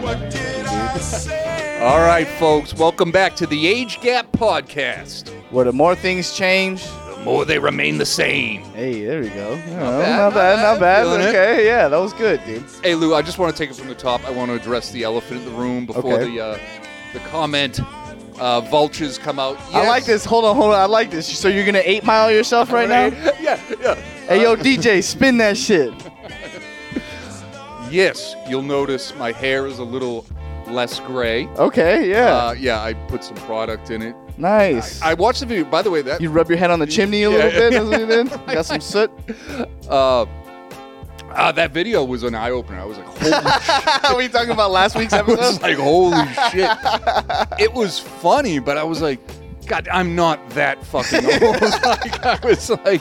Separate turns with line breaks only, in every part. What did I say?
All right, folks, welcome back to the Age Gap Podcast.
Where the more things change,
The more they remain the same.
hey, there we go. Oh, Not,
bad,
not,
not
bad,
bad.
not bad.
Feeling it.
Okay, yeah, that was good, dude.
Hey, Lou, I just want to take it from the top. I want to address the elephant in the room before
Okay.
the uh, the comment uh, vultures come out.
I like
Yes.
this. Hold on, hold on. I like this. So you're gonna eight mile yourself right now?
yeah, yeah.
Hey, yo, DJ, spin that shit.
Yes, you'll notice my hair is a little less gray.
Okay, yeah,
Uh, yeah, I put some product in it.
nice.
I watched the video. By the way, that
you rub your head on the chimney a little
Yeah.
bit. That's what you did. You got some soot.
uh, uh, that video was an eye opener. I was like, holy
we talking about last week's
I was like, holy shit. It was funny, but I was like, God, I'm not that fucking old. like, I was like,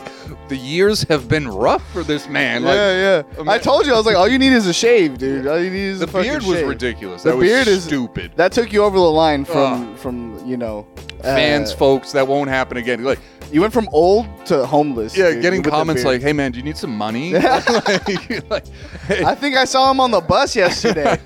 the years have been rough for this man. Like,
yeah, yeah. I told you, I was like, all you need is a shave, dude. All you need is
the
a fucking
beard was
shave.
ridiculous.
The
that was
beard is-
stupid.
That took you over the line from from you know uh,
Fans, folks, that won't happen again. Like,
You went from old to homeless.
yeah,
dude,
getting
with the
comments like,
beard.
"Hey, man, do you need some money?" like, like, hey,
I think I saw him on the bus yesterday.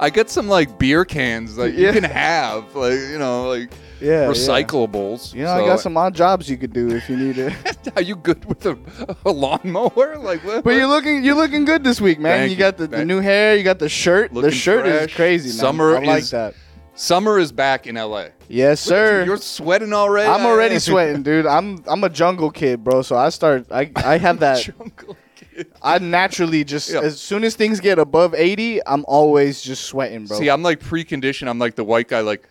I get some like beer cans that
Yeah.
you can have, like you know, like
yeah,
recyclables.
Yeah. You know, I
So-
got some odd jobs you could do if you need it.
Are you good with a, a lawnmower? Like, what?
But you're looking, you're looking good this week, man.
Thank
you
you.
got the, the
Thank-
new hair, you got the shirt.
Looking
the shirt
fresh.
is crazy. man.
Summer
I like
is-
that.
Summer is back in LA.
Yes, sir.
You're sweating already.
I'm already sweating, dude. I'm I'm a jungle kid, bro. So I start, I I have that.
Jungle kid.
I naturally just
Yeah.
as soon as things get above 80, I'm always just sweating, bro.
See, I'm like preconditioned. I'm like the white guy, like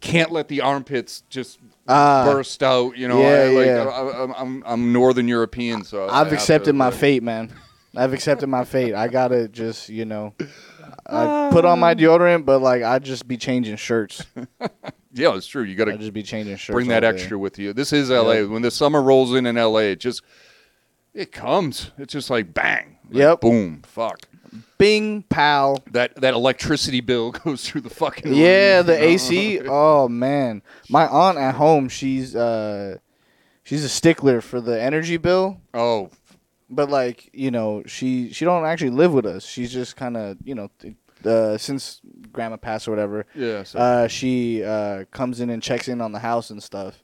can't let the armpits just
Ah.
burst out. You know,
Yeah,
I, like,
yeah.
I, am I'm, I'm Northern European, so I
I've
have
accepted
to, uh,
my
like-
fate, man. I've accepted my fate. I gotta just, you know, I put on my deodorant, but like I just be changing shirts.
Yeah, it's true. You got
I
to
just be changing shirts.
bring
all
that
day.
extra with you. This is LA.
Yeah.
When the summer rolls in in LA, it just it comes. It's just like bang. Like,
Yep.
Boom. Fuck.
Bing pal.
That that electricity bill goes through the fucking.
Yeah,
roof, you
the
know?
AC. Oh man, my aunt at home, she's uh, she's a stickler for the energy bill.
Oh,
But like, you know, she she don't actually live with us. She's just kind of, you know, th- uh, since grandma passed or whatever.
yeah. So.
uh, she uh, comes in and checks in on the house and stuff.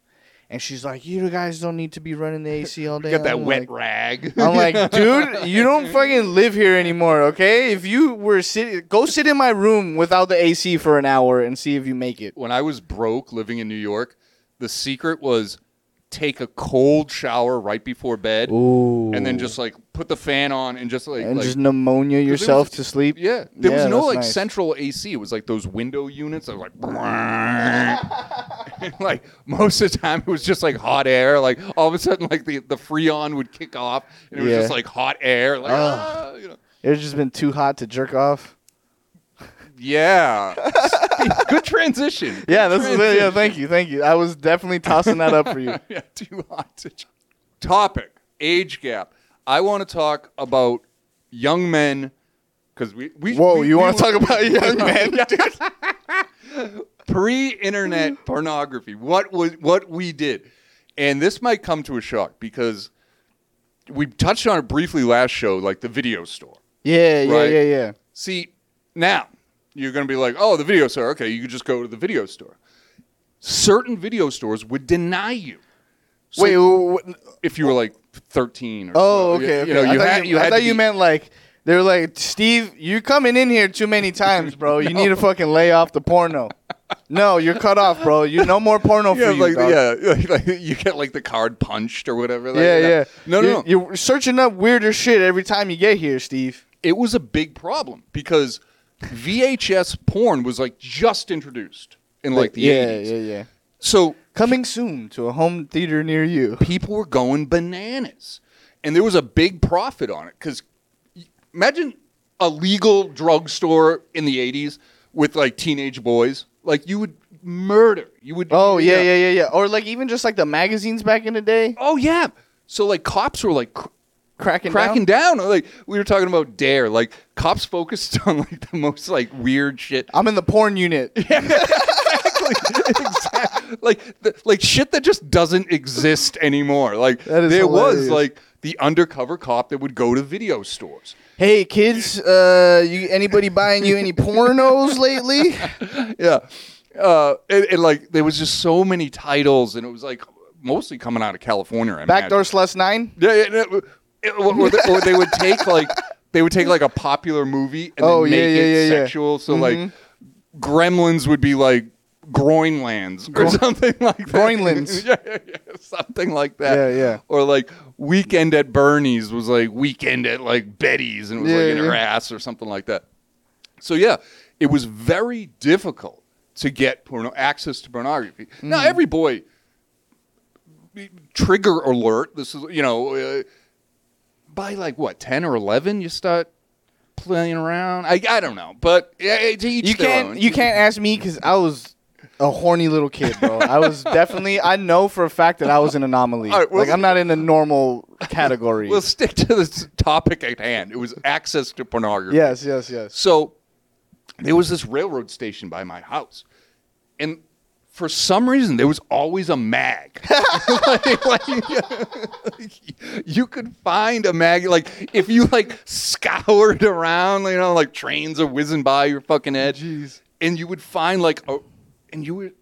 And she's like, "You guys don't need to be running the AC all day."
You got that
I'm
wet
like-
rag.
I'm like, dude, you don't fucking live here anymore, okay? If you were sitting, go sit in my room without the AC for an hour and see if you make it.
when I was broke living in New York, the secret was take a cold shower right before bed
Ooh.
and then just like put the fan on and just like,
and
like-
just pneumonia
was-
yourself to sleep.
yeah. There was
Yeah,
no
that's
like
nice.
central AC. It was like those window units. I was like and, like most of the time it was just like hot air. Like all of a sudden like the, the freon would kick off and it was
Yeah.
just like hot air. Like ah, you know.
It's just been too hot to jerk off.
Yeah. Good transition.
Yeah,
Good
that's yeah. Thank you, thank you. I was definitely tossing that up for you.
yeah, too hot to ch- topic age gap. I want to talk about young men because we, we
Whoa, you want
to
to talk about young men?
pre-internet pornography. What was what we did, and this might come to a shock because we touched on it briefly last show, like the video store.
Yeah, yeah,
Right.
yeah, yeah.
See, now you're going to be like, oh, the video store. Okay, you could just go to the video store. Certain video stores would deny you. So-
Wait, w- w-
if you were like 13 or
Oh,
12,
okay.
you-
okay.
You know,
I
you
thought
had,
you,
you
I
had
thought
to
you
be-
meant like they were like, Steve, you coming in here too many times, bro. You need to fucking lay off the porno. no, you're cut off, bro. You no more porno
yeah,
for you.
like,
dog.
yeah, like, like, you get like the card punched or whatever. Like,
yeah,
you know.
yeah.
No, no,
You-
no.
You're searching up weirder shit every time you get here, Steve.
It was a big problem because VHS porn was like just introduced in like the
yeah,
80s.
yeah, yeah.
So
Coming soon to a home theater near you.
people were going bananas, and there was a big profit on it because imagine a legal drugstore in the 80s with like teenage boys. Like you would murder. You would.
Oh yeah,
you know,
yeah, yeah, yeah. Or like even just like the magazines back in the day,
Oh yeah. So like cops were like cr-
cracking,
cracking
Down.
down. Like we were talking about Dare. Like cops focused on like the most like weird shit.
I'm in the porn unit.
Exact- like the, like shit that just doesn't exist anymore. Like
That is
there was
hilarious.
like the undercover cop that would go to video stores.
Hey kids, uh, you anybody buying you any pornos lately?
yeah. Uh, and, and, like there was just so many titles, and it was like mostly coming out of California. I
Backdoor
imagine.
Slush Nine.
Yeah, yeah. yeah. It- or, or they, or they would take like they would take like a popular movie and
Oh,
then
yeah,
make
yeah,
it
yeah, Mm-hmm. yeah.
sexual. So like Gremlins would be like Groinlands or something like that.
Groinlands.
yeah, yeah, yeah, something like that.
Yeah, yeah.
Or like Weekend at Bernie's was like Weekend at like Betty's and it was
Yeah,
like in her
yeah.
ass or something like that. So yeah, it was very difficult to get porno access to pornography. Now
Mm.
every boy trigger alert. This is you know uh, by like what ten or eleven you start playing around. I I don't know, but uh, to each
You
their
can't
own.
you can't ask me because I was a horny little kid, bro. I was definitely I know for a fact that I was an anomaly.
All right, well-
like I'm not in the normal category.
We'll stick to this topic at hand. It was access to pornography.
yes, yes, yes.
So there was this railroad station by my house, and for some reason there was always a mag. like, like, you could find a mag like if you like scoured around, you know, like trains are whizzing by your fucking head,
Jeez.
and you would find like a, and you would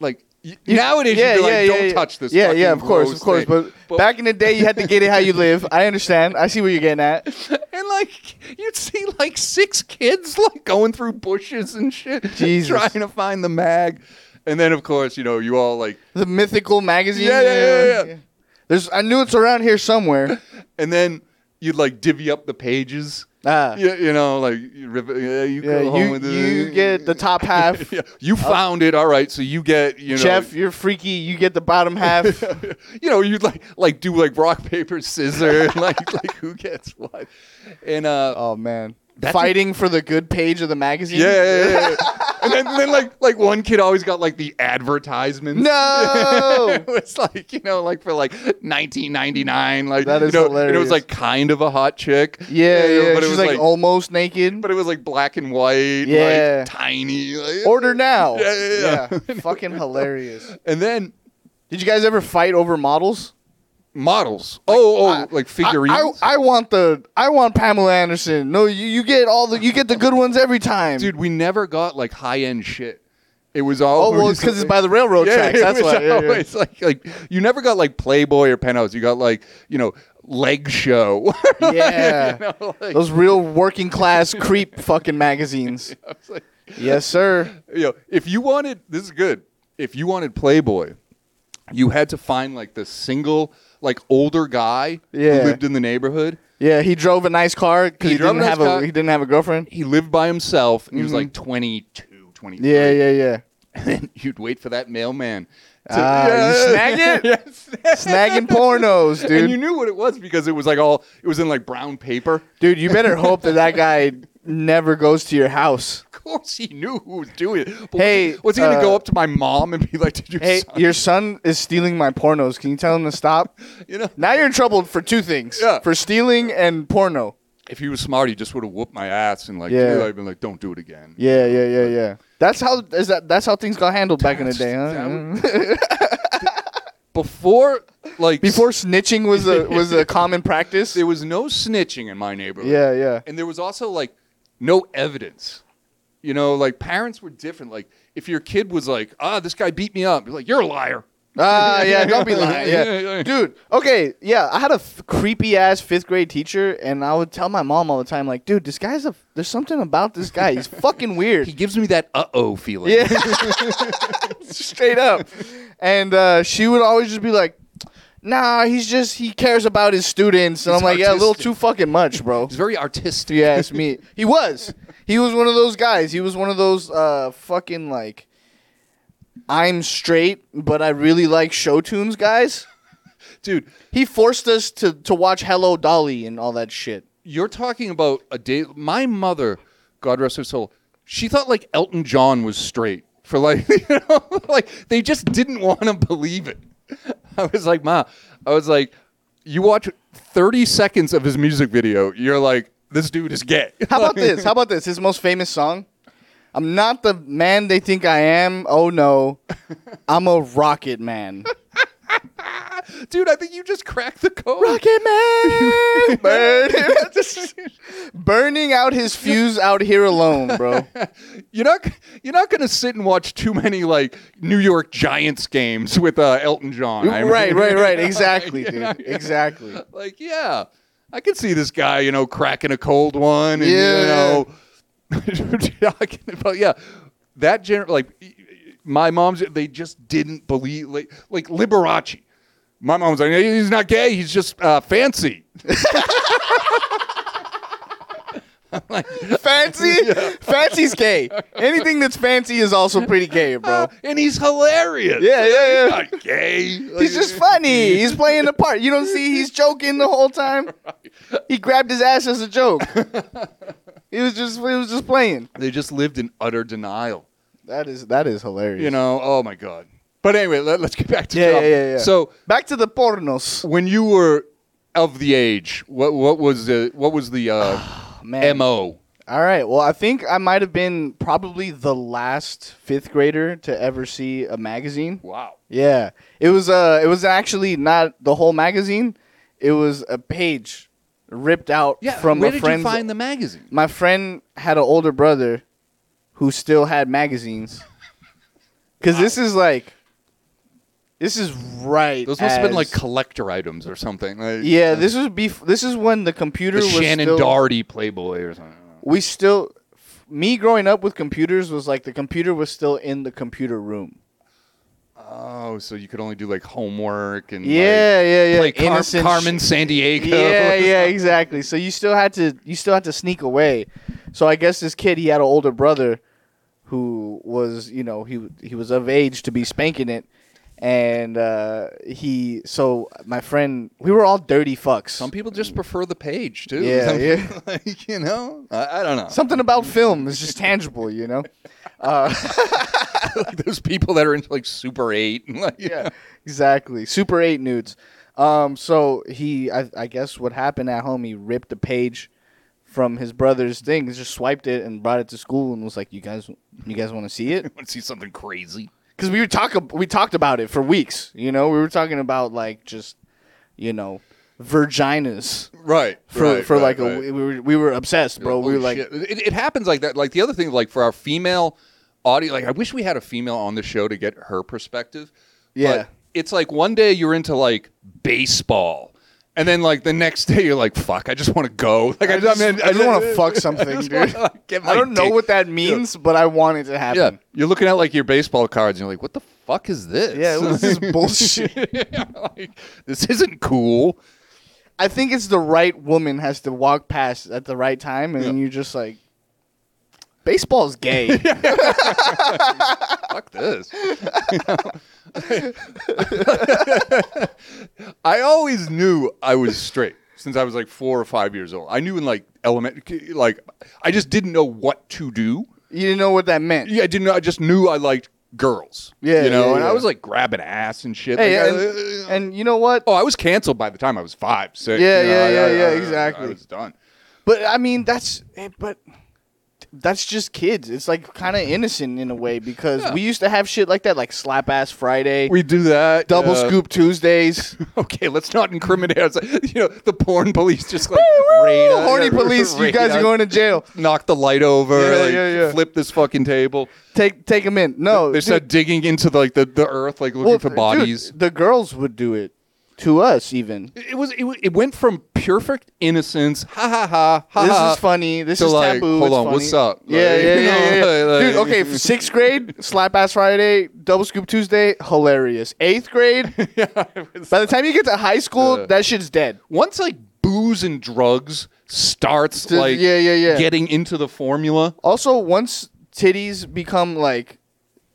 like. y- Nowadays, you'd be like, don't touch this.
Yeah, yeah,
fucking
of course,
gross
of course.
thing."
But, back in the day, you had to get it how you live. I understand. I see where you're getting at.
And like you'd see like six kids like going through bushes and shit,
Jesus.
trying to find the mag. And then of course you know you all like,
The mythical magazine.
Yeah, yeah, yeah, yeah, yeah.
There's. I knew it's around here somewhere.
and then you'd like divvy up the pages.
Ah, yeah,
You, you know, like you, rip, yeah, you go home
you,
with
you get the top half.
yeah, you found it. All right, so you get you know
Jeff, you're freaky. You get the bottom half.
you know you'd like like do like rock paper scissors like like who gets what, and uh
oh man,
That's a-
fighting for the good page of the magazine.
Yeah, yeah, yeah, yeah. and then, then like like one kid always got like the advertisements.
No!
it was like you know like for like 1999. Like
That is
you know, And it was
hilarious.
like kind of a hot chick.
yeah, yeah.
But it
She's
was
like,
like,
almost naked.
but it was like black and white.
Yeah.
like, tiny. Like,
Order now.
Yeah, yeah, yeah.
Fucking hilarious.
and then
Did you guys ever fight over models?
models. oh, oh,
I-
like figurines.
I, I, I want the I want Pamela Anderson. No, you, you get all the you get the good ones every time.
Dude, we never got like high end shit. It was all.
oh well, it's because it's by the railroad tracks.
it
That's
was
why. Yeah, yeah.
always like like you never got like Playboy or Penthouse. You got like you know leg show.
Yeah.
You know, like-
Those real working class creep fucking magazines.
I was like,
Yes, sir.
you know, if you wanted this is good. If you wanted Playboy, you had to find like the single like older guy
Yeah.
who lived in the neighborhood.
Yeah, he drove a nice car because
He
he,
drove
didn't
a nice
have a
car.
he didn't have a girlfriend.
He lived by himself and he was like 22, 23.
Mm-hmm. Yeah, yeah, yeah.
And then you'd wait for that mailman. to-
Ah, you snagged it?
Yeah, snag-
Snagging pornos,
And you
dude.
knew what it was because it was like all it was in like brown paper.
Dude, you better hope that that guy never goes to your house.
Of course, he knew who was doing it. But
Hey,
was he, going to
uh,
go up to my mom and be like, "Did you?"
Hey, your son is stealing my pornos. Can you tell him to stop?
you know,
Now you're in trouble for two things:
Yeah.
for stealing and porno.
if he was smart, he just would have whooped my ass and like,
Yeah.
dude, I've been like, "Don't do it again."
Yeah, yeah, yeah, yeah. That's how is that? That's how things got handled back in the day, huh?
Before, like,
Before snitching was a was a common practice.
there was no snitching in my neighborhood.
Yeah, yeah.
and there was also like no evidence. You know, like parents were different. Like, if your kid was like, "Ah, this guy beat me up," you're like, "You're a liar."
Ah, yeah, don't be lying.
Yeah, yeah.
Yeah. Dude, okay, yeah, I had a f- creepy ass fifth grade teacher, and I would tell my mom all the time, like, dude, this guy's a, there's something about this guy. He's fucking
He
weird.
gives me that "uh oh" feeling.
Yeah. Straight up. And uh, she would always just be like, nah, he's just, he cares about his students. And
He's
I'm like, yeah, a little
artistic.
too fucking much, bro.
it's very artistic.
If you ask me, he was. He was one of those guys. He was one of those uh, fucking like, I'm straight, but I really like show tunes guys.
dude.
He forced us to to watch Hello Dolly and all that shit.
you're talking about a day. My mother, God rest her soul, she thought like Elton John was straight for like, you know, like they just didn't want to believe it. I was like, Ma, I was like, you watch 30 seconds of his music video, you're like, this dude is gay.
How about this? How about this? His most famous song. I'm not the man they think I am. Oh no, I'm a rocket man.
dude, I think you just cracked the code.
Rocket Man, burn him. burning out his fuse out here alone, bro.
You're not you're not gonna sit and watch too many like New York Giants games with uh, Elton John. I
right,
mean,
right, right.
you know,
Exactly,
you
dude.
know,
Exactly.
Like, yeah, I can see this guy, you know, cracking a cold one, and
Yeah.
you know, talking about yeah, that gener like my mom's they just didn't believe like like Liberace. My mom was like, he's not gay, he's just uh, fancy.
Fancy, fancy's gay. Anything that's fancy is also pretty gay, bro.
and he's hilarious.
Yeah, yeah, yeah.
He's not gay.
He's just funny. He's playing the part. You don't see he's joking the whole time. He grabbed his ass as a joke. He was just he was just playing.
They just lived in utter denial.
That is that is hilarious.
You know, oh my god. But anyway, let, us get back to
Yeah,
job.
yeah, yeah, yeah.
So
Back to the pornos.
when you were of the age, what what was the what was the uh,
Man.
mo?
All right. Well, I think I might have been probably the last fifth grader to ever see a magazine.
Wow.
Yeah, it was. Uh, it was actually not the whole magazine. It was a page ripped out
Yeah.
from
where
a
did
friend's.
you find the magazine?
My friend had an older brother who still had magazines. Because this is like, this is right.
Those must have been like
as-
collector items or something. Like, uh,
yeah, this was bef- This is when the computer
the
was
Shannon
still.
Doherty Playboy or something.
we still f- me growing up with computers was like the computer was still in the computer room.
Oh, so you could only do like homework and
yeah, yeah, yeah.
like, play Car-
Innocent
Carmen San
sh-
Diego.
Yeah, yeah, exactly. So you still had to you still had to sneak away. So I guess this kid he had an older brother who was, you know, he he was of age to be spanking it and uh he so my friend we were all dirty fucks.
Some people just prefer the page too.
Yeah,
Some-
yeah.
like, you know, I, I don't know.
Something about film is just tangible, you know. Uh,
like those people that are into like Super Eight. And like,
yeah, exactly. Super eight nudes. Um, so he, I, I guess, what happened at home? He ripped a page from his brother's thing, just swiped it, and brought it to school, and was like, "You guys, you guys want to see it?"
want to see something crazy?
Because we were talking, we talked about it for weeks. You know, we were talking about like just, you know, virginas
Right.
for for like a we were we were obsessed, bro. we were like,
it, it happens like that. Like the other thing, like for our female audio, like I wish we had a female on the show to get her perspective.
Yeah.
But it's like one day you're into like baseball. And then, like the next day, you're like, "Fuck! I just want to go. Like,
I just, I just want to fuck something,
just
dude.
wanna, like, get my
I don't know
dick-
what that means, but I want it to happen.
Yeah, you're looking at like your baseball cards, and you're like, "What the fuck is this?
Yeah, this is bullshit.
like, this isn't cool."
I think it's the right woman has to walk past at the right time, and then
Yeah.
you're just like, baseball's gay.
Fuck this. I always knew I was straight since I was like four or five years old. I knew in like elementary, like I just didn't know what to do.
you didn't know what that meant.
Yeah, I didn't. know I just knew I liked girls.
Yeah,
you know,
yeah,
and
yeah.
I was like grabbing ass and shit.
Hey,
like,
and,
I-
and you know what?
oh, I was canceled by the time I was five, six.
Yeah,
you know,
yeah,
I-
yeah,
I-
yeah,
I-
exactly.
I was done.
But I mean, that's eh, but that's just kids. It's like kind of innocent in a way because we used to have shit like that, like slap ass Friday,
We do that.
double
uh,
scoop Tuesdays.
Okay, let's not incriminate us. You know, the porn police just like raid us.
Horny police, you
raid
guys are
us.
going to jail.
knock the light over,
Yeah,
like,
yeah, yeah.
flip this fucking table.
Take take them in. No,
They
dude,
start digging into like the, the earth, like looking
well,
for
dude,
bodies.
the girls would do it to us, even.
It was it, wa- it went from perfect innocence, ha ha ha ha.
this
ha,
is funny. This
to,
is
like,
taboo.
hold
it's
on,
funny.
what's up?
Yeah,
Like,
yeah,
you
yeah,
know,
yeah.
like-
Dude, okay, for sixth grade, slap ass Friday, double scoop Tuesday, hilarious. Eighth grade, by the time you get to high school,
Uh,
that shit's dead.
Once like booze and drugs starts
Dude,
like
yeah, yeah, yeah.
getting into the formula.
Also, once titties become like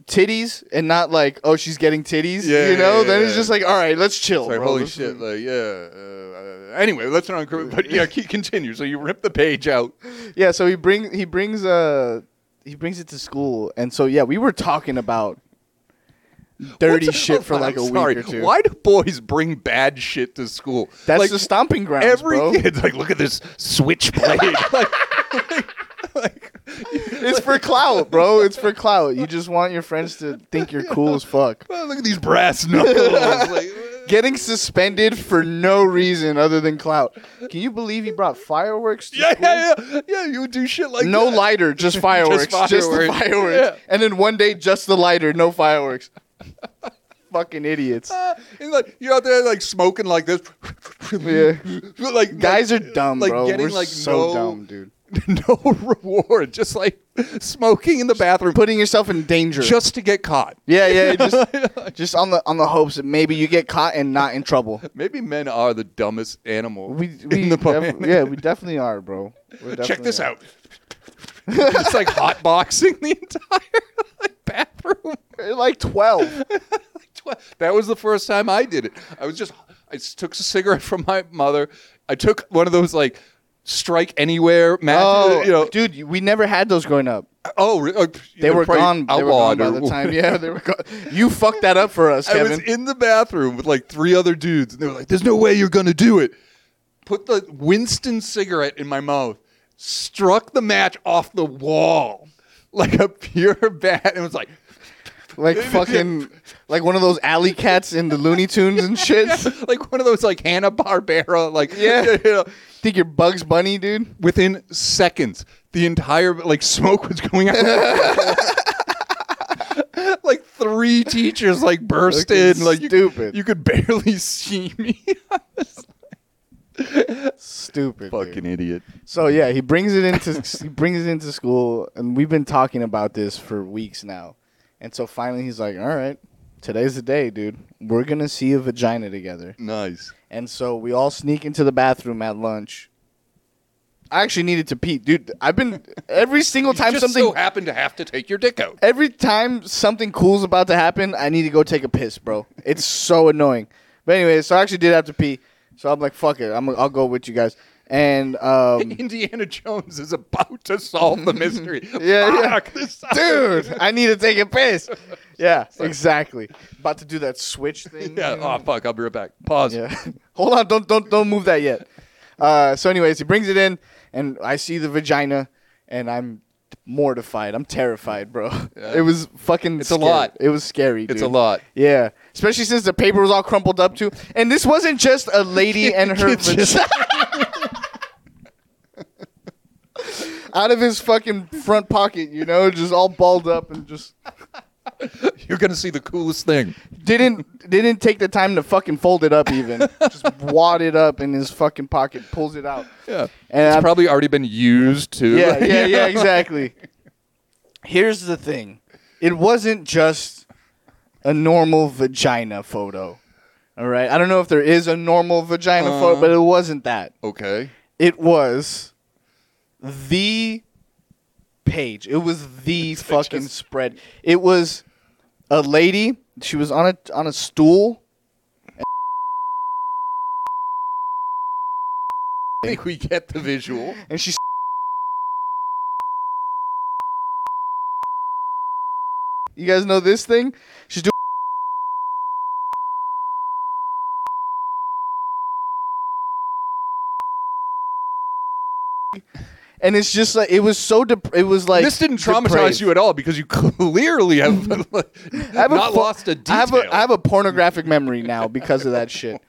titties and not like, oh, she's getting titties,
Yeah,
you know,
yeah,
then it's
yeah.
just like, all right, let's chill.
It's like
bro.
holy
This is-
shit, like yeah. Uh, uh, anyway, let's not incriminate. But yeah, keep, continue. So you rip the page out.
Yeah, so he bring he brings uh he brings it to school, and so yeah, we were talking about dirty
What's-
shit for
I'm
like a
sorry.
week or two.
Why do boys bring bad shit to school?
That's
like,
the stomping grounds,
every
bro.
kid's like, look at this switchblade. like,
It's for clout, bro. It's for clout. You just want your friends to think you're cool as fuck.
"Well, look at these brass knuckles. Like,
getting suspended for no reason other than clout. Can you believe he brought fireworks? To
Yeah,
school?
yeah, yeah, yeah. You would do shit like
no
that.
lighter, just fireworks. just, the
fireworks.
fireworks.
Yeah.
And then one day, just the lighter, no fireworks. Fucking idiots.
Ah, and like you're out there like smoking like this.
Yeah.
like
Guys are
like-
dumb,
like
bro.
Getting
We're
like
so
no,
dumb, dude.
No reward, just like smoking in the bathroom,
Putting yourself in danger.
just to get caught.
yeah, yeah. Just, just on the on the hopes that maybe you get caught and not in trouble.
Maybe men are the dumbest animal
We, we
in the
def-
planet.
yeah, we definitely are, bro. We're
Check
definitely
this
are.
out. it's like hotboxing the entire like, bathroom.
We're like twelve.
Tw- That was the first time I did it. I was just I just took a cigarette from my mother. I took one of those like strike anywhere matches.
Oh,
you know,
dude, you- we never had those growing up.
oh, re- uh,
They
they're
were
probably
gone. They were gone
outlawed
by
or-
the time. Yeah, they were gone. You fucked that up for us,
I
Kevin.
was in the bathroom with like three other dudes, and they were like, "There's no way you're gonna do it." Put the Winston cigarette in my mouth, struck the match off the wall like a pure bat, and was like,
like fucking like one of those alley cats in the Looney Tunes and shit.
like one of those like Hanna Barbera, like
Yeah.
you know,
Think you're Bugs Bunny, dude?
within seconds, the entire like smoke was going out. like three teachers like burst
Fucking
in, like you-
stupid.
You, could barely see me.
Stupid. dude.
Fucking idiot.
So yeah, he brings it into he brings it into school, and we've been talking about this for weeks now, and so finally he's like, "All right, today's the day, dude. We're gonna see a vagina together."
Nice.
And so we all sneak into the bathroom at lunch. I actually needed to pee, dude. I've been every single time
just
something
so happened to have to take your dick out.
every time something cool's about to happen, I need to go take a piss, bro. It's so annoying. But anyway, so I actually did have to pee. So I'm like, fuck it. I'm I'll go with you guys. And um,
Indiana Jones is about to solve the mystery.
Yeah, yeah.
Fuck, this-
dude, I need to take a piss. Yeah, exactly. About to do that switch thing.
Yeah.
you know?
Oh fuck! I'll be right back. Pause.
Yeah. Hold on, don't don't don't move that yet. Uh, so anyways, he brings it in and I see the vagina and I'm mortified. I'm terrified, bro.
Yeah.
It was fucking
It's a
scary.
lot.
It was scary,
It's
dude.
a lot.
Yeah. Especially since the paper was all crumpled up too. And this wasn't just a lady and her
It's just-
vagina. Out of his fucking front pocket, you know, just all balled up and just
You're gonna see the coolest thing.
didn't didn't take the time to fucking fold it up even. Just wad it up in his fucking pocket, pulls it out.
Yeah.
And
it's
I'm-
probably already been used to.
Yeah, yeah, yeah, exactly. Here's the thing. It wasn't just a normal vagina photo. All right. I don't know if there is a normal vagina photo,
Uh.
but it wasn't that.
Okay.
It was the page. It was the fucking spread. It was a lady. She was on a on a stool.
I think we get the visual.
and she's You guys know this thing? She's doing And it's just like it was so dep- it was like
this didn't traumatize
depraved.
you at all because you clearly have,
I have a
not
fo-
lost a detail.
I have a, I have a pornographic memory now because of that shit.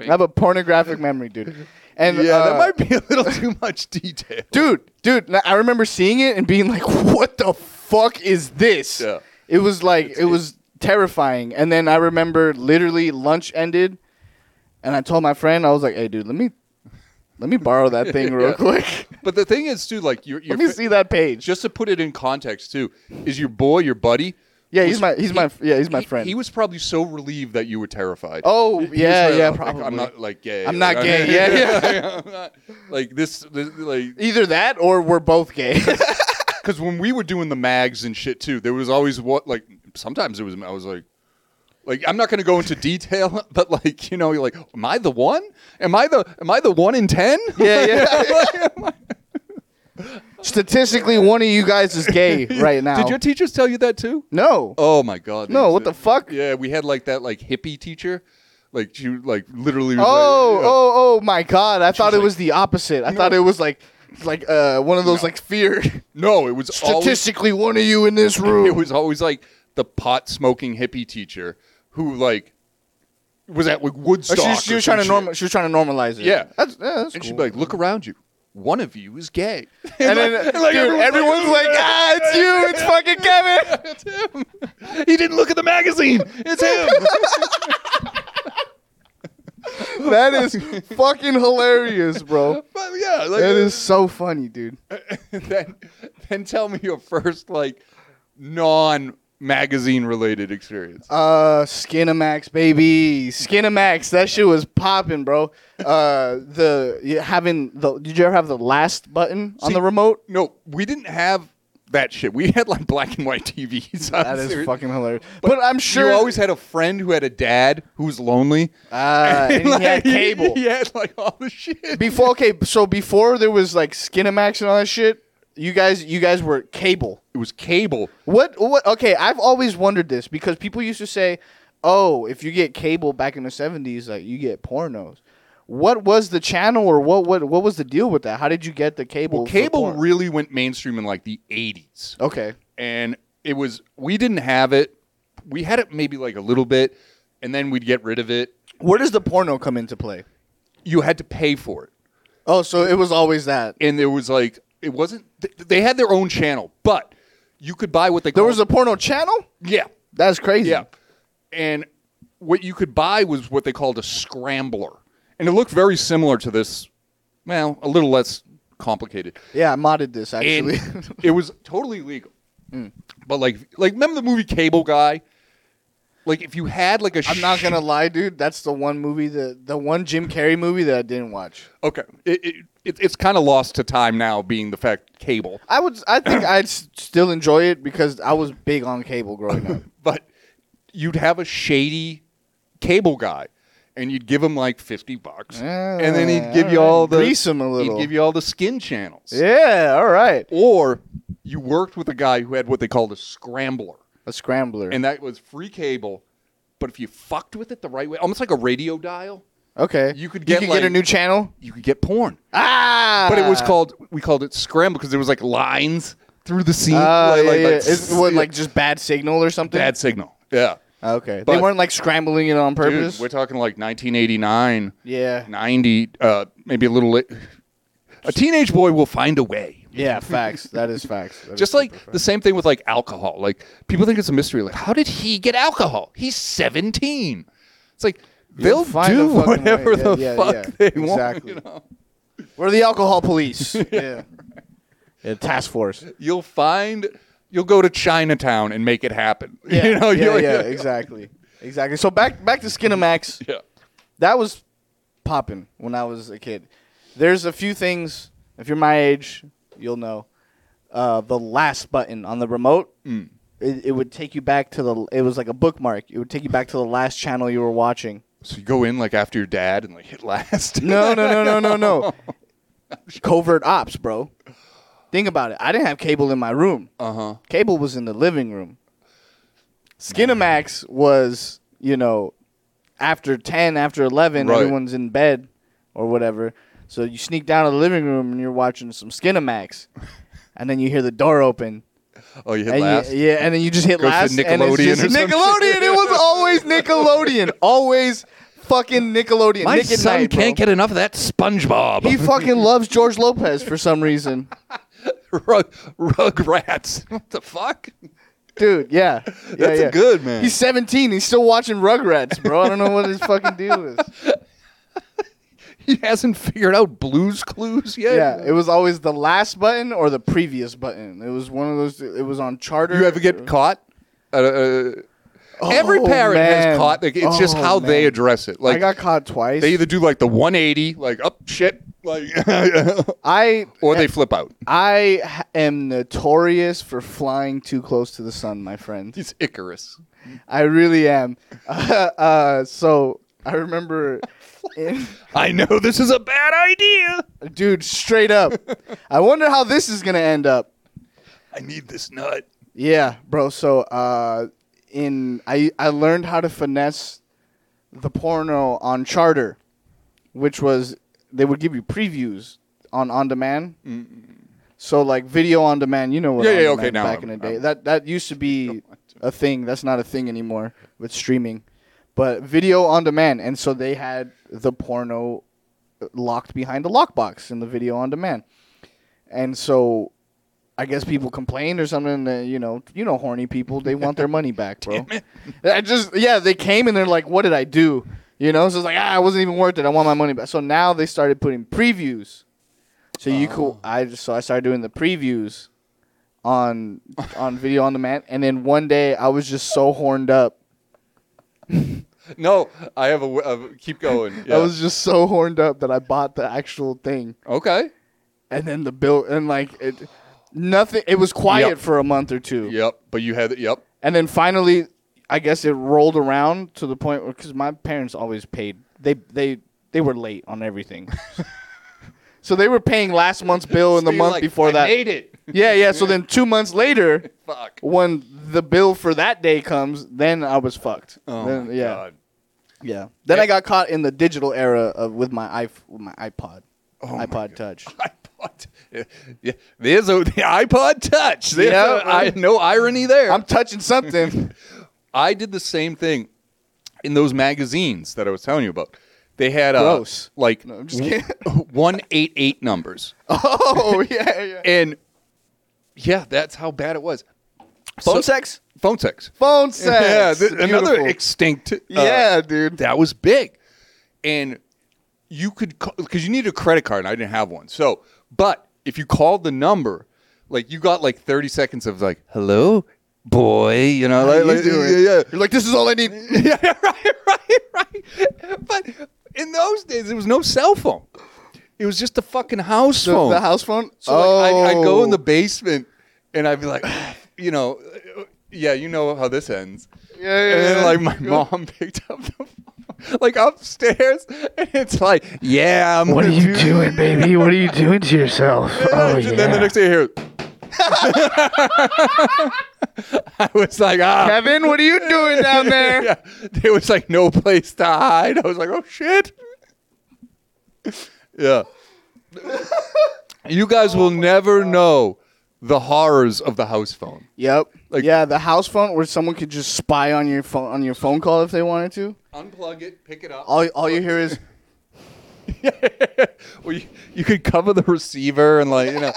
I have a pornographic memory, dude. And
yeah,
uh,
that might be a little too much detail.
dude, dude. n- I remember seeing it and being like, "What the fuck is this?"
Yeah.
It was like it was terrifying. And then I remember literally lunch ended, and I told my friend I was like, "Hey, dude, let me let me borrow that thing real
Yeah.
quick.
But the thing is, too, like you're,
let me see that page."
just to put it in context, too, is your boy your buddy?
yeah,
was-
he's my he's my yeah he's my
he-
friend.
He was probably so relieved that you were terrified.
oh
He was
yeah
like,
yeah
"Oh, like,
probably.
I'm not like gay.
I'm not
Like,
gay, yeah,
I'm not- like this, this like
Either that or we're both gay.
because when we were doing the mags and shit too, there was always what like sometimes it was I was like, like I'm not going to go into detail, but like you know you're like, am I the one? Am I the am I the one in ten?
Yeah, yeah. Statistically, one of you guys is gay right now.
Did your teachers tell you that too?
no.
Oh my god.
No,
man.
what the fuck?
Yeah, we had like that like hippie teacher, like she like literally. Was
Oh,
like, you know,
oh, oh my God! I thought
was
it
like-
was the opposite. I thought it was like, like uh, one of those like fear.
no, it was always
Statistically, one of you in this room.
it was always like the pot smoking hippie teacher who like was at like
Or
Woodstock.
Oh, she, was- she
or
was
some
trying to
shit.
normal. She was trying to normalize it.
Yeah.
that's, yeah, that's
And
cool.
she'd be like, "Look around you. One of you is gay."
and then dude, everyone's like, ah, it's you, it's fucking Kevin.
It's him. He didn't look at the magazine. It's him.
That is fucking hilarious, bro.
but yeah, like,
That is so funny, dude.
then, then tell me your first like non-magazine related experience.
Uh, Skinamax, baby, Skinamax. That shit was popping, bro. Uh, the you having the. Did you ever have the last button on
See-
the remote?
No, we didn't have that shit. We had like black and white TVs. I'm
That is
serious.
fucking hilarious. But, I'm sure
You always had a friend who had a dad who was lonely. Uh,
Ah, and he had
like,
cable.
He had like all the shit.
Before okay, so before there was like Skinamax and all that shit. You guys, you guys were cable.
It was cable.
What? What? Okay, I've always wondered this because people used to say, "Oh, if you get cable back in the '70s, like you get pornos." What was the channel, or what? What? What was the deal with that? How did you get the cable?
Well,
for
cable
porn?
really went mainstream in like the 80s.
okay.
and it was we didn't have it. We had it maybe like a little bit, and then we'd get rid of it.
Where does the porno come into play?
You had to pay for it,
Oh, so it was always that.
and there was like it wasn't. th- They had their own channel, but you could buy what they
There
called-
was a porno channel.
yeah
Oh. That's crazy.
yeah, and what you could buy was what they called a scrambler, and it looked very similar to this. Well, a little less complicated.
Yeah, I modded this
and
actually. Hmm.
it was totally legal. But like, like remember the movie Cable Guy? Like if you had like a
I'm not
sh-
gonna lie, dude. That's the one movie that the one Jim Carrey movie that I didn't watch.
Okay, it, it, it, it's kind of lost to time now, being the fact cable.
I would. I think I'd s- still enjoy it because I was big on cable growing up.
But you'd have a shady cable guy, and you'd give him like fifty bucks, and then he'd give you all the
grease him a little.
He'd give you all the skin channels.
yeah. All right.
Or you worked with a guy who had what they called a scrambler,
A scrambler.
and that was free cable. But if you fucked with it the right way, almost like a radio dial,
okay.
you could get,
you could
like-
get a new channel.
you could get porn.
Ah.
But it was called we called it scramble because there was like lines through the scene.
Ah,
like,
yeah,
like-
yeah.
like,
Is- what, like just bad signal or something? Ah,
bad signal. Yeah.
Okay. they
but-
weren't like scrambling it on purpose.
Dude, we're talking like 1989,
yeah.
90, uh, maybe a little. Late. A teenage boy will find a way.
Yeah. Facts. that is facts. That is
Just like
super facts.
the same thing with like alcohol. Like people think it's a mystery. Like, how did he get alcohol? He's 17. It's like
You'll
they'll
find
do
a fucking
whatever
way.
the
Yeah, yeah,
fuck
yeah.
they want.
Exactly. We're the alcohol police. yeah. Yeah. Task force.
You'll find. You'll go to Chinatown and make it happen.
Yeah,
you know.
yeah,
you'll-
yeah, exactly, exactly. So back back to Skinamax.
Yeah.
That was popping when I was a kid. There's a few things. If you're my age, you'll know. Uh, the last button on the remote, it, it would take you back to the. It was like a bookmark. It would take you back to the last channel you were watching.
So you go in like after your dad and like hit last.
No, no, no, no, no, no. Covert ops, bro. Think about it. I didn't have cable in my room.
Uh huh.
Cable was in the living room. Skinamax was, you know, after 10, after 11,
Right.
everyone's in bed or whatever. So you sneak down to the living room and you're watching some Skinamax. and then you hear the door open.
Oh, you hit
And
last.
you, yeah, and then you just hit
Goes to
last. and it's
Nickelodeon
just
or some shit.
Nickelodeon. It was always Nickelodeon. Always fucking Nickelodeon.
My
Nick at
son
night, bro.
can't get enough of that SpongeBob.
He fucking loves George Lopez for some reason.
rug, rug rats. What the fuck?
Dude, yeah. yeah
That's a
yeah.
good man.
He's 17. He's still watching Rugrats, bro. I don't know what his fucking deal is.
He hasn't figured out Blue's Clues yet.
Yeah, it was always the last button or the previous button. It was one of those. It was on charter.
you ever get caught? Uh, uh,
Oh,
every parent
man.
has caught. Like, it's just
Oh,
how they
man.
address it. Like
I got caught twice.
they either do like the 180, like up shit, like,
I
or they flip out.
I h- am notorious for flying too close to the sun, my friend.
He's Icarus.
I really am. uh, so I remember. in-
I know this is a bad idea.
dude, straight up. I wonder how this is gonna end up.
I need this nut.
Yeah, bro. So uh, in I I learned how to finesse the porno on Charter, which was they would give you previews on on demand. So like video on demand, you know what?
Yeah,
on
yeah, okay,
demand
now
back
I'm-
in the day,
I'm-
that that used to be a thing. That's not a thing anymore with streaming. but video on demand, and so they had the porno uh, locked behind a lockbox in the video on demand, and so. I guess people complained or something. That, you know, you know, horny people they want their money back, bro. I just yeah, they came and they're like, "What did I do?" You know, so it's like, ah, it wasn't even worth it. I want my money back. So now they started putting previews. So you could I just so I started doing the previews on on video on demand, and then one day I was just so horned up.
No, I have a, w- a- keep going. Yeah.
I was just so horned up that I bought the actual thing,
okay.
and then the bill and like it, nothing. It was quiet
Yep.
for a month or two.
Yep, but you had yep.
And then finally, I guess it rolled around to the point where because my parents always paid. They they they were late on everything, so they were paying last month's bill and the
So you're
month
like,
before
I
that.
made it.
Yeah, yeah. So then two months later,
Fuck.
when the bill for that day comes, then I was fucked.
Oh
Then-
my
yeah,
god.
yeah. Then
Yeah.
I got caught in the digital era of with my iP- with my iPod,
Oh my
iPod Touch.
iPod. Yeah, yeah. There's a the iPod Touch. There's
Yeah.
a- I- no irony there.
I'm touching something.
I did the same thing in those magazines that I was telling you about. They had uh,
Gross.
like
No, I'm just kidding.
one eight eight numbers,
oh yeah, yeah.
and yeah, that's how bad it was. So-
sex.
phone sex.
Phone sex.
Yeah, th- another
Beautiful.
extinct. uh,
yeah, dude.
that was big, and you could because you needed a credit card, and I didn't have one. So, but if you called the number, like you got like thirty seconds of like "hello, boy," you know,
How
like,
you
like,
doing?
yeah, yeah.
You're like, this is all I need.
yeah, right, right, right. But in those days, there was no cell phone. It was just the fucking house
The,
phone.
the house phone. Oh.
So like, I'd, I'd go in the basement, and I'd be like, you know, uh, yeah, you know how this ends.
Yeah, yeah,
And
yeah.
then like my mom picked up the phone, like upstairs, and it's like, yeah, I'm.
What are
gonna
you
do-"
doing, baby? What are you doing to yourself? Oh
And then the
yeah.
next day, I hear. I was like, ah,
Kevin, what are you doing down there?
yeah, there was like no place to hide. I was like, oh shit. yeah. you guys will never know the horrors of the house phone.
Yep.
Like-
yeah, the house phone where someone could just spy on your phone on your phone call if they wanted to.
Unplug it, pick it up.
All, all you hear is
well, you, you could cover the receiver and like you know.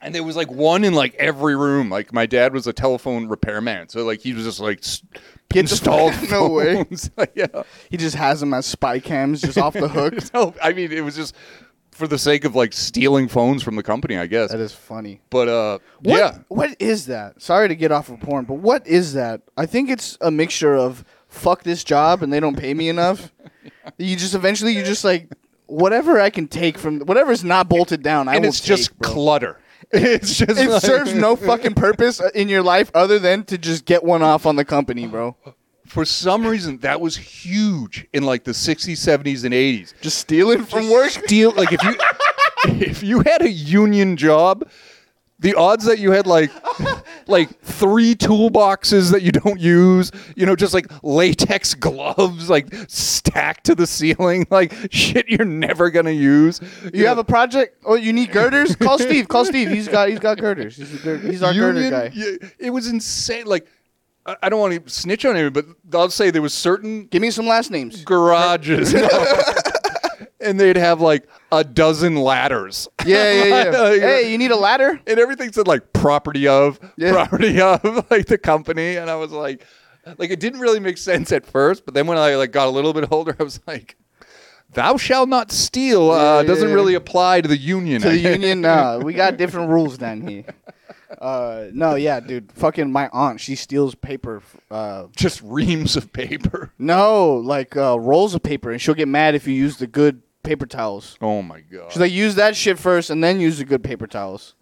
And there was like one in like every room. Like my dad was a telephone repairman, so like he was just like s-
Get the
installed.
fuck- no way.
phones. Like, yeah.
he just has them as spy cams just off the hook.
No, I mean it was just for the sake of like stealing phones from the company, I guess.
That is funny.
But uh,
What,
yeah,
What is that? Sorry to get off of porn, but what is that? I think it's a mixture of fuck this job and they don't pay me enough. You just eventually you just like whatever I can take from whatever's not bolted down. I
and
will
it's just
take, bro.
clutter. It's just
it
like-
serves no fucking purpose in your life other than to just get one off on the company, bro.
for some reason that was huge in like the 60s, 70s, and 80s.
Just stealing from work.
Steal like if you if you had a union job, the odds that you had like like three toolboxes that you don't use, you know, just like latex gloves like stacked to the ceiling, like shit you're never gonna use.
You have a project? Oh, you need girders? Call Steve. Call Steve. He's got he's got girders. He's, a gird, he's our girder
union-
guy.
yeah, it was insane. Like I, I don't want to snitch on him, but I'll say there was certain
Give me some last names.
garages. and they'd have like a dozen ladders.
Yeah, yeah, yeah.
Like,
hey, you need a ladder?
and everything said like property of
Yeah.
property of like the company and i was like like it didn't really make sense at first but then when i like got a little bit older i was like thou shall not steal uh,
Yeah,
doesn't
yeah,
really apply to the union
To the union? Nah, we got different rules down here. Uh, no, yeah, dude. Fucking my aunt. She steals paper. Uh,
just reams of paper
no, like uh, rolls of paper, and she'll get mad if you use the good paper towels.
oh my god
She's like, use that shit first, and then use the good paper towels.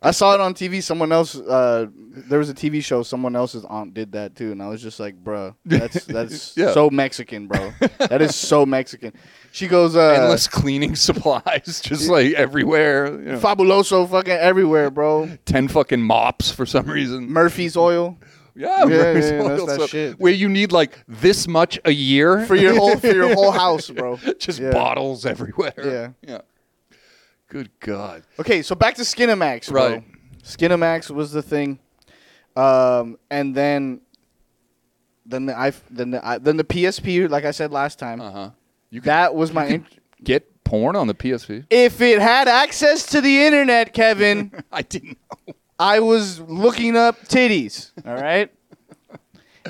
I saw it on TV. Someone else, uh, there was a TV show. Someone else's aunt did that too, and I was just like, "Bruh, that's that's
Yeah.
so Mexican, bro. That is so Mexican." She goes, uh,
endless cleaning supplies just like everywhere you know,
"Fabuloso, fucking everywhere, bro.
10 fucking mops for some reason
Murphy's oil
yeah,
Yeah,
very
yeah, yeah,
soil
that's that
stuff.
shit.
where you need like this much a year
for your whole for your whole house, bro."
just
Yeah.
bottles everywhere.
Yeah.
Yeah. Good God.
Okay, so back to Skinamax, bro.
Right.
Skinamax was the thing, um, and then Then the I then the I, then the PSP, like I said last time,
Uh huh. You can
that was my. In-
get porn on the PSP.
if it had access to the internet, Kevin,
I didn't know.
I was looking up titties. All right.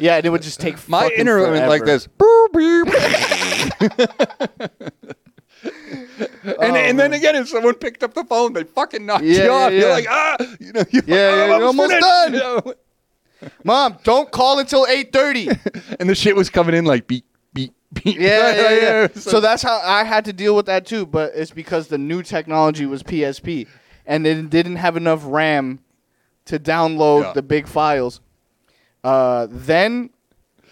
Yeah, and it would just take
My
fucking
inner went like
forever.
this. Boop, beep. and and then again, if someone picked up the phone, they fucking knocked
Um. Yeah,
you
yeah,
off. You're
yeah.
like, ah, you know, you're
Yeah, yeah,
like, "Oh,
you're
I'm
almost
finished."
done.
You know?
Mom, don't call until eight thirty.
And the shit was coming in like beep, beep, beep.
Yeah, yeah, yeah.
So,
So that's how I had to deal with that too, but it's because the new technology was PSP and it didn't have enough RAM to download
Yeah.
the big files. Uh, then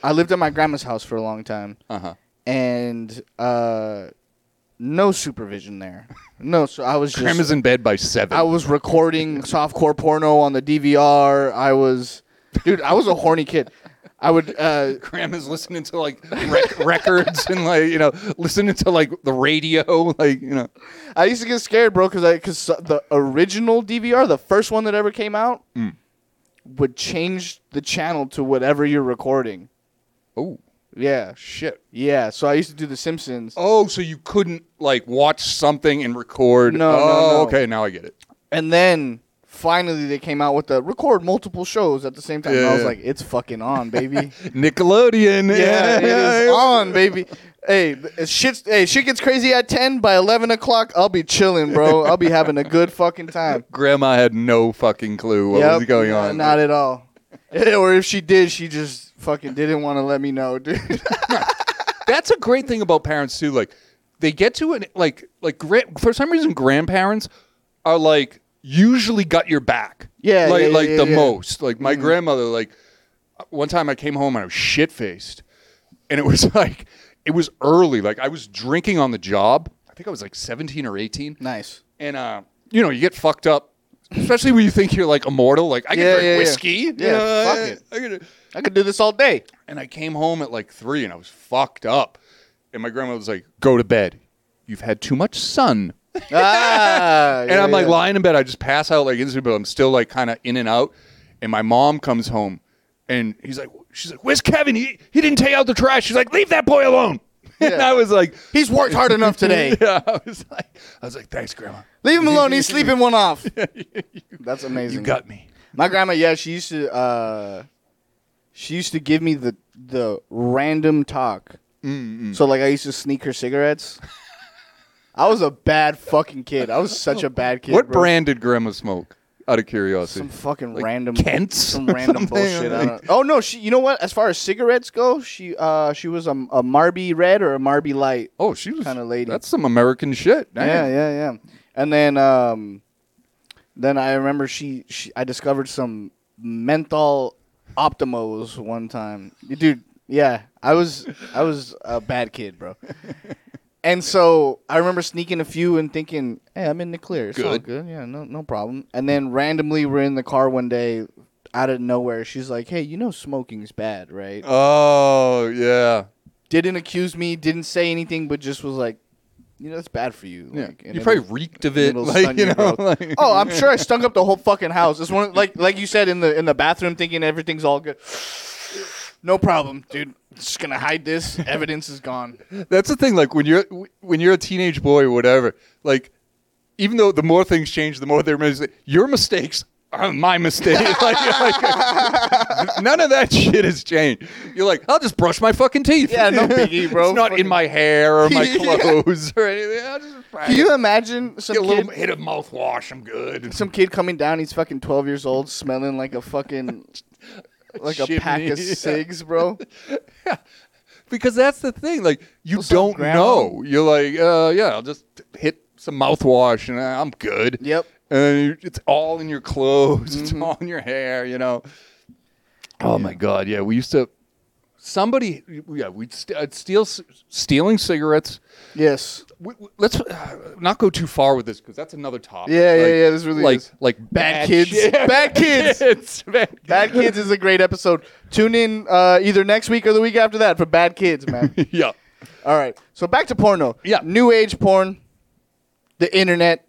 I lived at my grandma's house for a long time
uh-huh.
and uh, no supervision there. No, so I was just
Grandma's in bed by seven.
I was recording softcore porno on the DVR. I was dude, I was a horny kid. I would uh,
Grandma's listening to like rec- records and like you know listening to like the radio, like you know.
I used to get scared, bro, because because the original DVR, the first one that ever came out, would change the channel to whatever you're recording.
Oh
Yeah,
shit.
yeah. So I used to do The Simpsons,
Oh, so you couldn't like watch something and record?
No, no,
oh,
no.
Okay, now I get it.
and then finally they came out with the record multiple shows at the same time. and I was
Yeah.
like, it's fucking on, baby.
Nickelodeon.
yeah, it is on, baby. Hey, th- shit's, hey, shit gets crazy at ten. By eleven o'clock, I'll be chilling, bro. I'll be having a good fucking time.
Grandma had no fucking clue what was
Yep,
going
no,
on.
Not at all. or if she did, she just fucking didn't want to let me know, dude.
That's a great thing about parents too. Like they get to an like like gra- for some reason grandparents are like usually got your back.
Yeah,
like
yeah, yeah,
like
yeah,
the
yeah. Mm-hmm.
most. Like my grandmother. Like one time I came home and I was shit faced, and it was like it was early. Like I was drinking on the job. I think I was like seventeen or eighteen.
nice.
and uh, you know, you get fucked up, especially when you think you're like immortal. Like I can
Yeah,
drink
yeah, yeah.
whiskey. you
Yeah,
know,
fuck
I-
it.
I can-
I could do this all day.
and I came home at like three, and I was fucked up. And my grandma was like, "Go to bed. You've had too much sun."
Ah,
And I'm like lying in bed. I just pass out like instantly, but I'm still like kind of in and out. And my mom comes home, and he's like, "She's like, where's Kevin? He he didn't take out the trash." She's like, "Leave that boy alone." And
Yeah.
I was like,
he's worked hard enough today.
Yeah, I was like, I was like, thanks, grandma.
Leave him alone. He's sleeping one off. That's
You
amazing.
got me.
My grandma, yeah, she used to, uh, she used to give me the the random talk.
Mm-hmm.
So like, I used to sneak her cigarettes. I was a bad fucking kid. I was such a bad kid.
What
bro.
brand did Grandma smoke? Out of curiosity.
Some fucking
Like
random
Kent's
Some
or
random
something,
bullshit. I
like-
don't Oh no, she. You know what? As far as cigarettes go, she uh she was a, a Marby Red or a Marby Light.
oh, she was
kinda lady.
That's some American shit. Damn.
Yeah, yeah, yeah. And then um, then I remember she, she I discovered some menthol Optimos one time, dude. Yeah, I was I was a bad kid, bro. And so I remember sneaking a few and thinking, "Hey, I'm in the clear. It's all
Good.
good. Yeah, no, no problem." And then randomly, we're in the car one day, out of nowhere. She's like, "Hey, you know smoking's bad, right?"
Uh. Oh yeah.
Didn't accuse me, didn't say anything, but just was like, "You know, it's bad for you."
Yeah.
Like, and
you
it'll-
probably reeked of it.
it'll
Like
stun
you
your
know.
growth.
Like,
Oh, I'm sure I stunk up the whole fucking house. It's one like like you said in the in the bathroom, thinking everything's all good. No problem, dude. Just gonna hide this. Evidence is gone.
that's the thing. Like when you're when you're a teenage boy or whatever. Like even though the more things change, the more they're mis- your mistakes. Are my mistake. Like, like, none of that shit has changed. You're like, I'll just brush my fucking teeth.
Yeah, no biggie, bro.
It's not in
Fucking-
my hair or my
Yeah.
clothes or anything. I'll just brush
Can you imagine some
Get a little
kid,
hit of mouthwash. I'm good.
some kid coming down? He's fucking 12 years old, smelling like a fucking like a pack of
Chimney, yeah.
cigs, bro.
because that's the thing. Like you
What's up,
don't
Grandma?
know. You're like, uh, yeah, I'll just hit some mouthwash and I'm good.
Yep. Mm-hmm.
And you- it's all in your clothes. It's all in your hair. You know. Oh my god. Yeah, we used to. Somebody. Yeah, we'd st- I'd steal c- stealing cigarettes.
Yes.
We, we- let's uh, not go too far with this because that's another topic.
Yeah, yeah,
Like-
yeah, this really
like
is.
like bad,
Bad kids.
shit.
Bad kids.
Bad kids.
Bad Kids is a great episode. Tune in uh, either next week or the week after that for Bad Kids, man.
yeah.
All right. So back to porno.
Yeah.
New age porn. The internet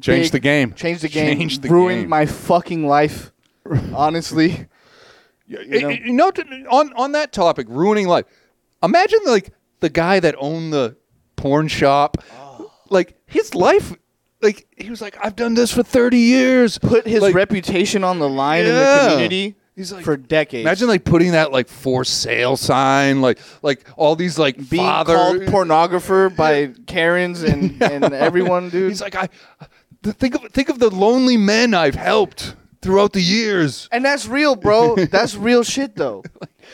Change
Big-
the game.
changed the game.
Changed the
ruined
game.
my fucking life. Honestly.
Yeah,
You know?
eh, eh, you know, t- on on that topic, ruining life. Imagine like the guy that owned the porn shop.
Ah.
Like his life, like he was like, I've done this for thirty years.
Put his
Like,
reputation on the line in
Yeah.
the community
He's like-
for decades.
Imagine like putting that like for sale sign, like like all these like
being
father.
called pornographer by Karens and, and everyone, dude.
He's like I. th- Think of think of the lonely men I've helped throughout the years.
and that's real, bro. That's real shit, though.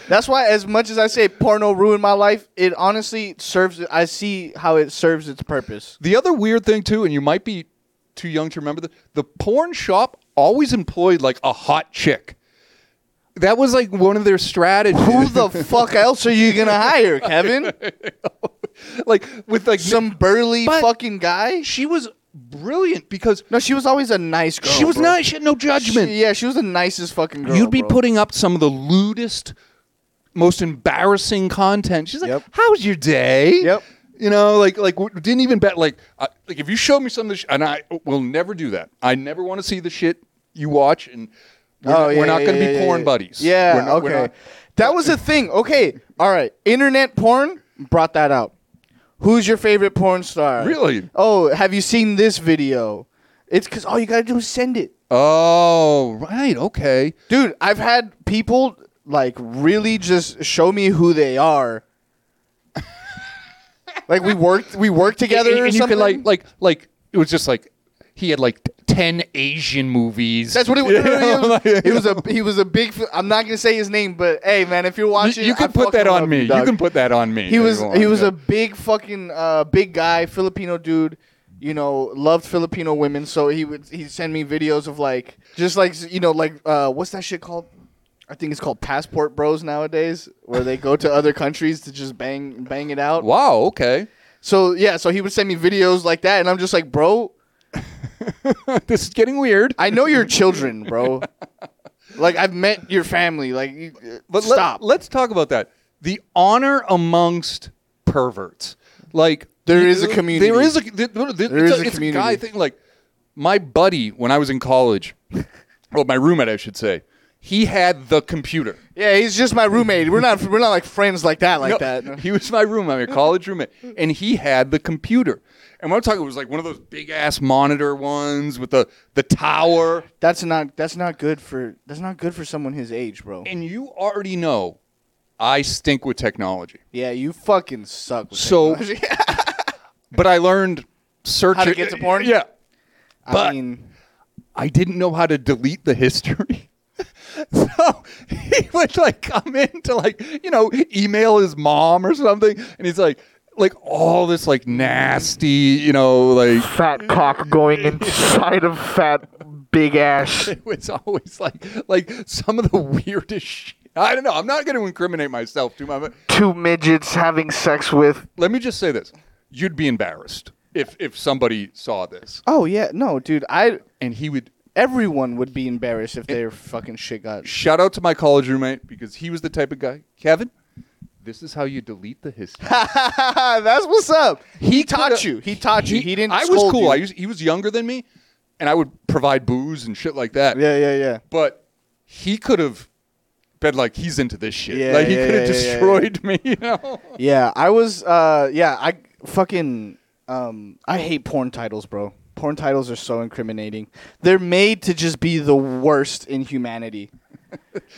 That's why, as much as I say porno ruined my life, it honestly serves. I see how it serves its purpose.
The other weird thing too, and you might be too young to remember this, the porn shop always employed like a hot chick. That was like one of their strategies.
Who the fuck else are you gonna hire, Kevin?
like with like
Some burly
But-
fucking guy?
She was brilliant because
No, she was always a nice girl.
she was
bro.
not. She had no judgment.
She- yeah, she was the nicest fucking girl.
You'd be
bro.
putting up some of the lewdest, most embarrassing content. She's like,
Yep.
"How's your day?"
Yep.
You know, like like w- didn't even bet like I, like if you show me some of this, sh- and I will never do that. I never want to see the shit you watch, and we're,
Oh,
not-
yeah,
we're not
yeah,
going to
yeah,
be
yeah,
porn
yeah.
buddies.
Yeah,
We're not-
okay.
we're not-
that was a thing. Okay, all right. Internet porn brought that out. Who's your favorite porn star?
Really?
Oh, have you seen this video? It's because all you gotta do is send it,
oh, right. Okay.
dude. I've had people like really just show me who they are. like we worked, we worked together
and,
or
and you
something.
could like like like it was just like he had like ten Asian movies.
That's what it was. He was a he was a big. f- I'm not gonna say his name, but hey, man, if you're
You,
watching,
you
I
can put
fucking
that on
love
me. You,
dog.
can put that on me.
he
if
was
you want,
he was
yeah.
a big fucking uh, big guy Filipino dude. You know, loved Filipino women, so he would he would send me videos of like just like you know like uh, what's that shit called? I think it's called passport bros nowadays, where they go to other countries to just bang bang it out.
Wow. Okay.
So yeah, so he would send me videos like that, and I'm just like, bro,
this is getting weird.
I know your children, bro. like I've met your family. Like you,
But let-
stop.
let's talk about that. The honor amongst perverts. Like
There is a
There
community.
is a th- th- it's
is
a, it's
a
a guy
community.
thing. Like my buddy when I was in college, well, my roommate I should say, he had the computer.
yeah, he's just my roommate. We're not we're not like friends like that like
No,
that.
He was my roommate, my college roommate, and he had the computer. And what I'm talking it was like one of those big ass monitor ones with the the tower.
That's not that's not good for that's not good for someone his age, bro.
And you already know, I stink with technology.
Yeah, you fucking suck. With
So-
technology.
But I learned search
How to get to porn?
Yeah,
I
but-
mean,
I didn't know how to delete the history. so he would like come in to like, you know, email his mom or something. And he's like, like all this like nasty, you know, like
Fat cock going inside of fat big ass.
it was always like like some of the weirdest shit. I don't know. I'm not going to incriminate myself too much. but
Two midgets having sex with.
Let me just say this. You'd be embarrassed if if somebody saw this.
oh yeah, no, dude, I
And he would
everyone would be embarrassed if their fucking shit got.
shout out to my college roommate because he was the type of guy, Kevin, this is how you delete the history.
that's what's up. He, taught
coulda-
you. He taught you. He didn't.
I was
scold
cool.
you.
I used, he was younger than me, and I would provide booze and shit like that.
yeah, yeah, yeah.
But he could have been like, he's into this shit.
Yeah,
like he
yeah,
could have
yeah, yeah, yeah.
destroyed me. You know.
Yeah, I was. Uh, yeah, I fucking. Um, I hate porn titles, bro. Porn titles are so incriminating. They're made to just be the worst in humanity.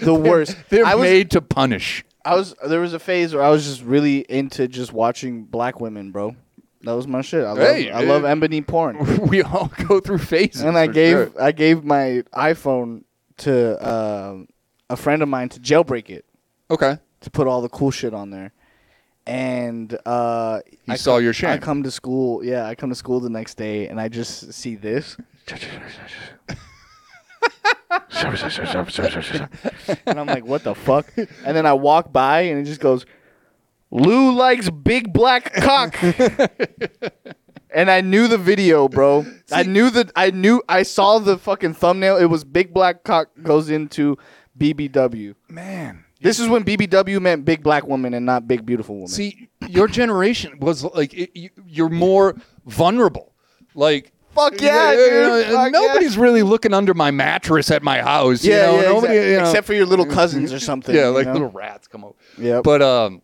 The worst.
They're
I was,
made to punish.
I was. There was a phase where I was just really into just watching black women, bro. That was my shit. I love.
Hey,
I love
uh,
ebony porn.
we all go through phases.
And I
for
gave.
sure.
I gave my iPhone to um a friend of mine to jailbreak it
Okay.
to put all the cool shit on there. And uh,
He
I
saw your shame.
I come to school. Yeah, I come to school the next day, and I just see this, and I'm like, "What the fuck?" And then I walk by, and it just goes, "Lou likes big black cock." and I knew the video, bro. I knew that. I knew. I saw the fucking thumbnail. It was big black cock goes into BBW.
Man.
This is when BBW meant big black woman and not big beautiful woman.
See, your generation was like it, you, you're more vulnerable. Like
Fuck yeah,
you
dude.
know,
Fuck
nobody's really looking under my mattress at my house.
Yeah,
you know?
yeah,
Nobody,
exact-
you know.
except for your little cousins or something.
yeah,
you
like
know?
little rats come over.
Yep.
But um,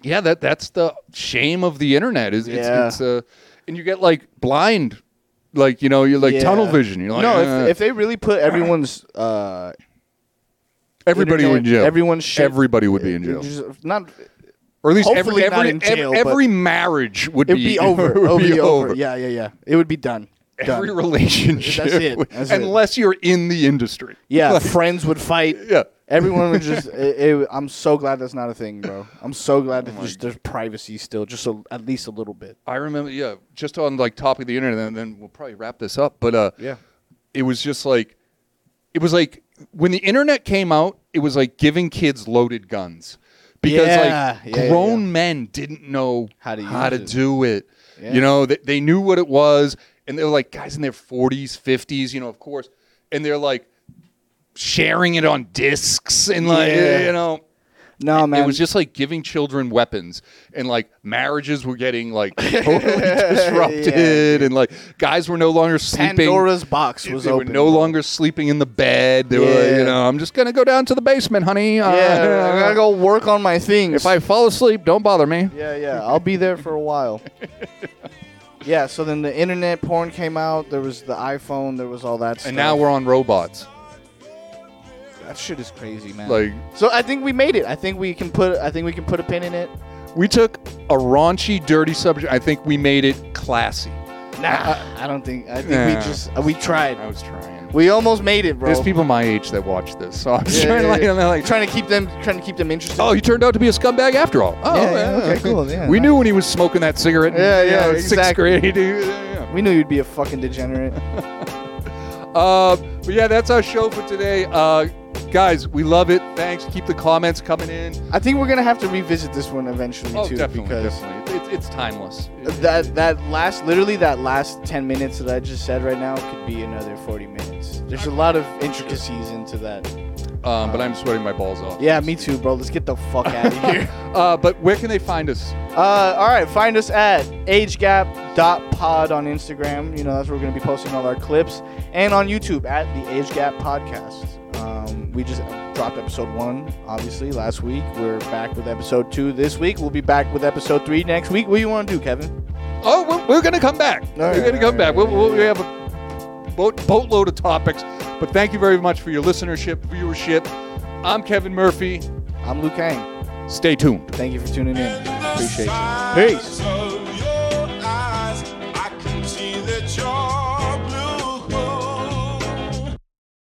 yeah, that that's the shame of the internet. Is it's,
Yeah.
it's uh, and you get like blind, like you know, you're like
Yeah.
tunnel vision. You're like,
no,
"Uh,
if, if they really put everyone's uh,
everybody
internet-
would in jail.
everyone's shit-
everybody would be in jail,
just- not
or at least every
hopefully not
every,
in
ev-
jail, but-
every marriage would
it'd
be,
be over.
would
It'd
be
be
over.
over. Yeah, yeah, yeah. It would be done.
Every
Done.
relationship,
That's it.
would-
That's it.
unless you're in the industry.
Yeah, friends would fight.
Yeah.
Everyone would just. It, it, I'm so glad that's not a thing, bro. I'm so glad
Oh
that there's, there's privacy still, just a, at least a little bit.
I remember, yeah, just on like top of the internet, and then we'll probably wrap this up. But uh,
Yeah.
it was just like, it was like when the internet came out, it was like giving kids loaded guns because
Yeah,
like
yeah, yeah,
grown men didn't know
How to
how
use
to
it.
do it.
Yeah.
You know, they, they knew what it was, and they were like guys in their 40s, 50s, you know, of course, and they're like sharing it on discs and like
Yeah.
you know
No, man.
it was just like giving children weapons, and like marriages were getting like totally disrupted, and like guys were no longer sleeping.
Pandora's box was
they
open.
were no
bro.
longer sleeping in the bed. They were, like,
Yeah.
you know, I'm just gonna go down to the basement, honey. Uh,
Yeah, I gotta go work on my things.
If I fall asleep, don't bother me.
Yeah, yeah. I'll be there for a while. yeah, so then the internet porn came out. There was the iPhone. There was all that stuff.
And now we're on robots.
That shit is crazy, man.
Like
so I think we made it. I think we can put. I think we can put a pin in it.
we took a raunchy, dirty subject. I think we made it classy.
Nah, I, I don't think. I think we
Nah.
just uh, we tried.
I was trying.
We almost made it, bro.
There's people my age that watch this, so I'm just
Yeah,
trying to
yeah,
like,
yeah.
I'm like
trying to keep them trying to keep them interested.
Oh, he turned out to be a scumbag after all. Oh,
Yeah, yeah, okay, cool, yeah,
we
nice.
knew when he was smoking that cigarette. in,
Yeah, yeah,
you know, Sixth
exactly.
grade. Yeah,
we knew you'd be a fucking degenerate.
yeah. Uh, but yeah, that's our show for today. Uh, guys, we love it. Thanks. Keep the comments coming in.
I think we're gonna have to revisit this one eventually
Oh,
too,
definitely,
because
definitely. It, it's timeless.
that that last literally that last 10 minutes that i just said right now could be another 40 minutes there's a lot of intricacies into that
Um, but I'm sweating my balls off.
yeah me too bro let's get the fuck out of here
Uh, but where can they find us?
uh, all right find us at agegap.pod on instagram you know that's where we're going to be posting all our clips and on youtube at the age gap podcast um, we just dropped episode one obviously last week we're back with episode two this week we'll be back with episode three next week what do you want to do kevin
Oh, we're, we're gonna come back.
right,
we're gonna
all
come
right,
back.
all
We'll, we'll, we have a boat, boatload of topics. But thank you very much for your listenership, viewership. I'm Kevin Murphy.
i'm luke kang
Stay tuned.
thank you for tuning in appreciate you
Peace.